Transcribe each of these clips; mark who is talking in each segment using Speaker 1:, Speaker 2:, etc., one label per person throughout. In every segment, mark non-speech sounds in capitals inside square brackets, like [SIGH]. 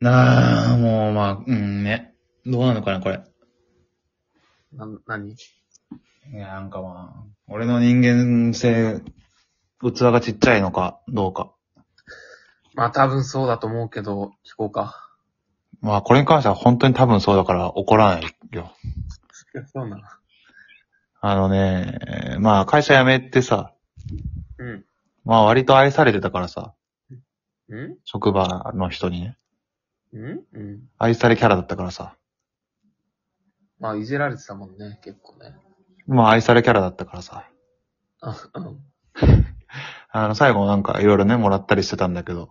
Speaker 1: なあ、もう、まあ、うんね。どうなのかな、これ。
Speaker 2: な、なに
Speaker 1: いや、なんかまあ、俺の人間性、器がちっちゃいのか、どうか。
Speaker 2: まあ多分そうだと思うけど、聞こうか。
Speaker 1: まあ、これに関しては本当に多分そうだから怒らないよ。
Speaker 2: いやそうなの。
Speaker 1: あのね、まあ、会社辞めてさ、
Speaker 2: うん。
Speaker 1: まあ、割と愛されてたからさ、
Speaker 2: う
Speaker 1: 職場の人にね、
Speaker 2: んうんうん。
Speaker 1: 愛されキャラだったからさ、
Speaker 2: まあいじられてたもんね、結構ね。
Speaker 1: まあ、愛されキャラだったからさ、
Speaker 2: あ、うん。
Speaker 1: あの、最後なんかいろいろね、もらったりしてたんだけど、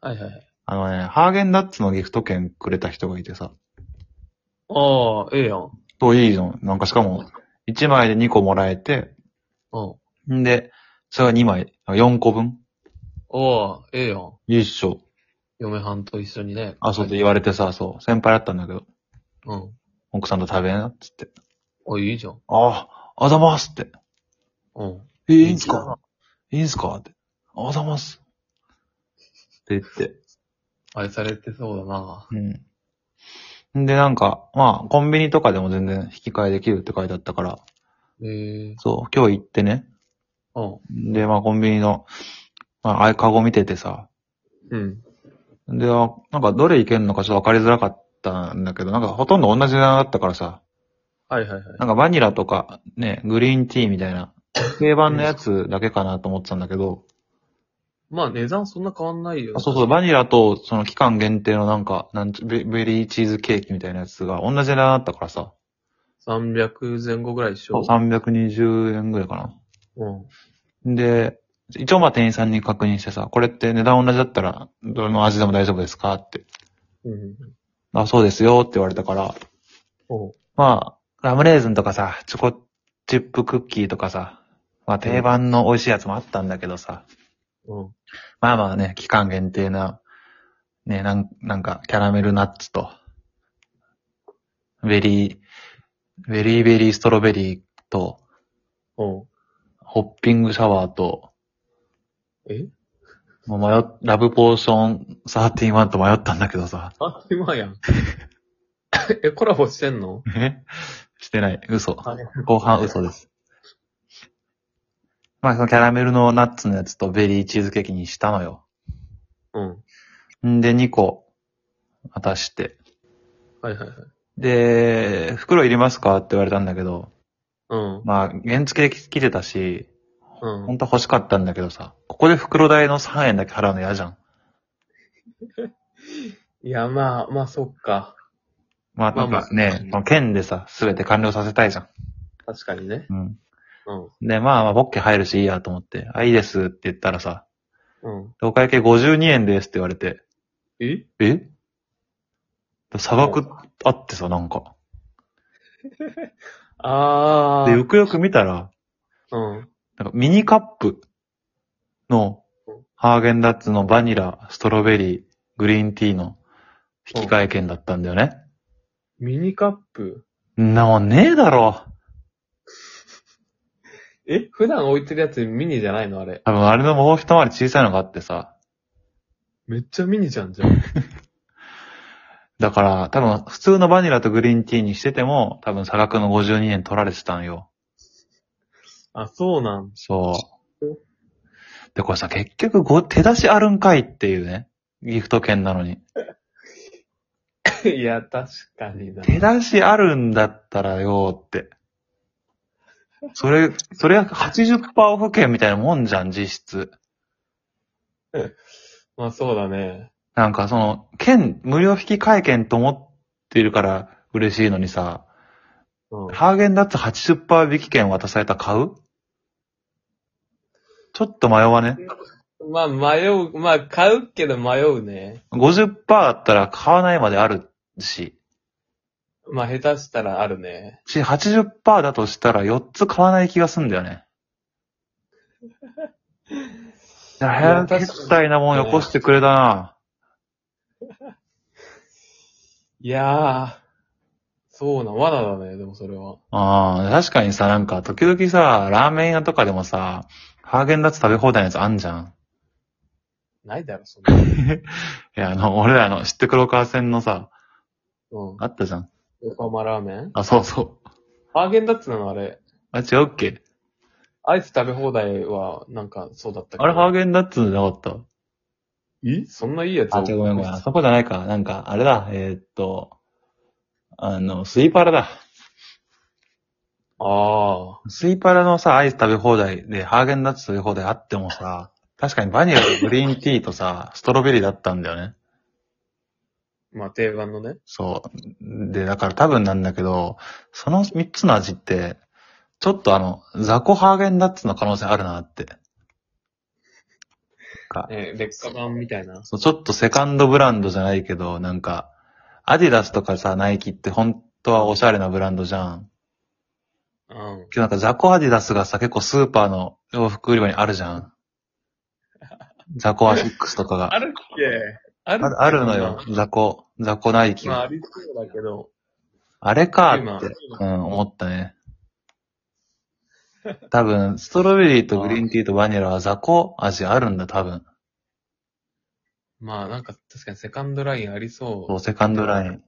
Speaker 2: はいはいはい。
Speaker 1: あのね、ハーゲンダッツのギフト券くれた人がいてさ、
Speaker 2: ああ、ええやん。
Speaker 1: といいの、なんかしかも、1枚で2個もらえて、
Speaker 2: うん。
Speaker 1: んで、それが2枚、4個分
Speaker 2: おー、ええやん。
Speaker 1: 一緒。
Speaker 2: 嫁はんと一緒にね。
Speaker 1: あ、そうって言われてさ、そう、先輩だったんだけど、
Speaker 2: うん。
Speaker 1: 奥さんと食べな、っつって。
Speaker 2: お、いいじゃん。
Speaker 1: ああ、あざますって。
Speaker 2: うん。
Speaker 1: えいいんすかいいんすかって。あざます。って言って。
Speaker 2: 愛されてそうだな。
Speaker 1: うん。んで、なんか、まあ、コンビニとかでも全然引き換えできるって書いてあったから、
Speaker 2: ええ
Speaker 1: そう、今日行ってね。
Speaker 2: うん。
Speaker 1: で、まあ、コンビニの、まあ、あいかご見ててさ。
Speaker 2: うん。
Speaker 1: で、あなんか、どれ行けんのかちょっとわかりづらかったんだけど、なんか、ほとんど同じ値段だったからさ。
Speaker 2: はいはいはい。
Speaker 1: なんか、バニラとか、ね、グリーンティーみたいな、定番のやつだけかなと思ってたんだけど、
Speaker 2: まあ値段そんな変わんないよ、
Speaker 1: あそうそう、バニラと、その期間限定のなんか、なんちベベリーチーズケーキみたいなやつが、同じ値段だったからさ。
Speaker 2: 300前後ぐらいでしょ
Speaker 1: 320円ぐらいか
Speaker 2: うん。
Speaker 1: な。で、一応まあ店員さんに確認してさ、これって値段同じだったら、どれの味でも大丈夫ですかって。
Speaker 2: うん。
Speaker 1: あ、そうですよって言われたから、
Speaker 2: おう
Speaker 1: まあ、ラムレーズンとかさ、チョコチップクッキーとかさ、まあ定番の美味しいやつもあったんだけどさ、
Speaker 2: うん。
Speaker 1: まあまあね、期間限定な、ね、なん、なんか、キャラメルナッツと、ベリー、ベリーベリーストロベリーと、
Speaker 2: おう
Speaker 1: ホッピングシャワーと、
Speaker 2: え
Speaker 1: もう迷っ、ラブポーション31と迷ったんだけどさ。
Speaker 2: あ、今やん。 [LAUGHS] え、コラボしてんの
Speaker 1: えしてない。嘘。
Speaker 2: はい。
Speaker 1: 後半嘘です。まあ、そのキャラメルのナッツのやつとベリーチーズケーキにしたのよ。
Speaker 2: うん。
Speaker 1: んで、2個渡して。
Speaker 2: はいはいはい。
Speaker 1: で、袋いりますかって言われたんだけど、
Speaker 2: うん。
Speaker 1: まあ、原付で来てたし、
Speaker 2: う
Speaker 1: 本
Speaker 2: ん。
Speaker 1: 当は欲しかったんだけどさ、ここで袋代の3円だけ払うの嫌じゃん。
Speaker 2: いや、まあ、まあ、そっか。
Speaker 1: まあ、
Speaker 2: ま
Speaker 1: な
Speaker 2: あ
Speaker 1: ん
Speaker 2: まあ
Speaker 1: かね、その券でさ、すべて完了させたいじゃん。
Speaker 2: 確かにね。
Speaker 1: うん。
Speaker 2: うん。
Speaker 1: で、まあまあ、ポッケ入るしいいやと思って、あ、いいですって言ったらさ、
Speaker 2: うん。
Speaker 1: お会計52円ですって言われて、
Speaker 2: え
Speaker 1: え砂漠あってさ、なんか。
Speaker 2: あ
Speaker 1: で、よ
Speaker 2: ー。
Speaker 1: くよく見たら、
Speaker 2: うん。
Speaker 1: なんかミニカップのハーゲンダッツのバニラ、ストロベリー、グリーンティーの引き換え券だったんだよね。
Speaker 2: ミニカップ。
Speaker 1: んなもんねえだろ。
Speaker 2: え普段置いてるやつミニじゃないのあれ。
Speaker 1: 多分あれのもう一回り小さいのがあってさ。
Speaker 2: めっちゃミニじゃん、じゃん。
Speaker 1: だから、多分普通のバニラとグリーンティーにしてても、多分差額の52円取られてたんよ。
Speaker 2: あ、そうなん。 [LAUGHS]
Speaker 1: そう。で、これさ、結局ご、手出しあるんかいっていうね。ギフト券なのに。
Speaker 2: いや、確かにな。
Speaker 1: 手出しあるんだったらよーって。それ、それは80%オフ券みたいなもんじゃん、実質。
Speaker 2: まあ、そうだね。
Speaker 1: なんかその、券、無料引き換え券と思っているから嬉しいのにさ、
Speaker 2: うん。
Speaker 1: ハーゲンダッツ80%引き券渡されたら買うちょっと迷わね。
Speaker 2: まあ、迷う。まあ、買うけど迷うね。
Speaker 1: 50%だったら買わないまであるし。
Speaker 2: まあ、下手したらあるね。
Speaker 1: し、80%だとしたら4つ買わない気がすんだよね。いや、
Speaker 2: い
Speaker 1: 早
Speaker 2: や
Speaker 1: く決済なもんよこしてくれたな。
Speaker 2: いやー。そうなん。罠だね、でもそれは。
Speaker 1: ああ、確かにさ、なんか、時々さ、ラーメン屋とかでもさ、ハーゲンダッツ食べ放題のやつあんじゃん。
Speaker 2: ないだろ、そんな。
Speaker 1: いや、あの、 [LAUGHS] 俺らの知って黒川線のさ、
Speaker 2: うん。
Speaker 1: あったじゃん。
Speaker 2: 横浜ラーメン
Speaker 1: あ、そうそう。
Speaker 2: ハーゲンダッツなのあれ。
Speaker 1: あ、違うっけ
Speaker 2: アイス食べ放題は、なんか、そうだったけど。
Speaker 1: あれハーゲンダッツじゃなかった
Speaker 2: えそんないいやつ
Speaker 1: あ、違うごめんごめん。あそこじゃないか。なんか、あれだ、えーっと、あの、スイパラだ。
Speaker 2: あ
Speaker 1: スイパラのさ、アイス食べ放題で、ハーゲンダッツ食べ放題あってもさ、確かにバニラとグリーンティーとさ、ストロベリーだったんだよね。
Speaker 2: ー。まあ、定番のね。
Speaker 1: そう。で、だから多分なんだけど、その3つの味って、ちょっとあの、ザコハーゲンダッツの可能性あるなって。か
Speaker 2: えー劣化版みたいな。
Speaker 1: そうちょっとセカンドブランドじゃないけど、なんか、アディダスとかさ、ナイキって本当はおしゃれなブランドじゃん。
Speaker 2: うん。
Speaker 1: けどなんかザコアディダスがさ、結構スーパーの洋服売り場にあるじゃん。ザコアシックスとかが。
Speaker 2: あ
Speaker 1: あ
Speaker 2: るっけあ
Speaker 1: あるのよ。。ザコ、ザコナイキ
Speaker 2: まあ、
Speaker 1: が。
Speaker 2: ありそうだけど。
Speaker 1: あれか
Speaker 2: 今
Speaker 1: って、うん、思ったね。多分、ストロベリーとグリーンティーとバニラはザコ味あるんだ、多分。
Speaker 2: まあ、なんか、確かにセカンドラインありそ
Speaker 1: そうう、。セカンドライン。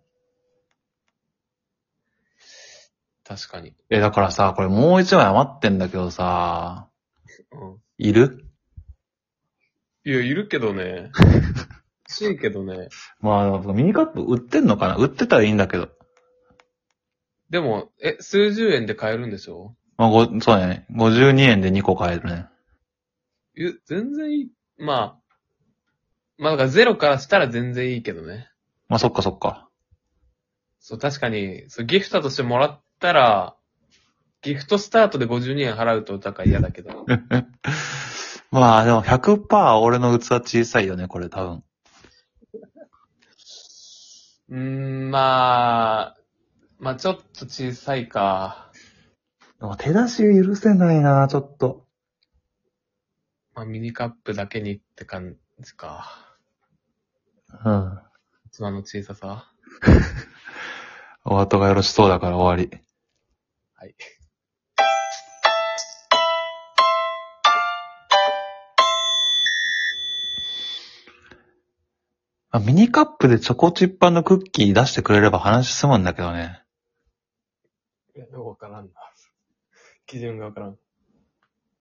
Speaker 2: 確かに。
Speaker 1: え、だからさ、これもう一枚余ってんだけどさ、
Speaker 2: うん。
Speaker 1: いる
Speaker 2: いや、いるけど
Speaker 1: [LAUGHS]
Speaker 2: ね。欲しいけどね。
Speaker 1: まあ、ミニカップ売ってんのかな売ってたらいいんだけど。
Speaker 2: でも、え、数十円で買えるんでしょ
Speaker 1: まあ、ご、そうね。52円で2個買えるね。
Speaker 2: え全然いい。まあ。まあ、だからゼロからしたら全然いいけどね。
Speaker 1: まあ、そっかそっか。
Speaker 2: そう、確かに、そう、ギフトとしてもらったら、ギフトスタートで52円払うと、だから嫌だけど。
Speaker 1: まあ、でも100%俺の器小さいよね、これ多分。
Speaker 2: うーん、まあ、まあちょっと小さいか。
Speaker 1: でも手出し許せないな、ちょっと。
Speaker 2: まあミニカップだけにって感じか。
Speaker 1: うん。
Speaker 2: 器の小ささ。
Speaker 1: お後がよろしそうだから終わり。
Speaker 2: はい。
Speaker 1: まあミニカップでチョコチッパーのクッキー出してくれれば話済むんだけどね。
Speaker 2: いや、でもわからんな。基準がわからん。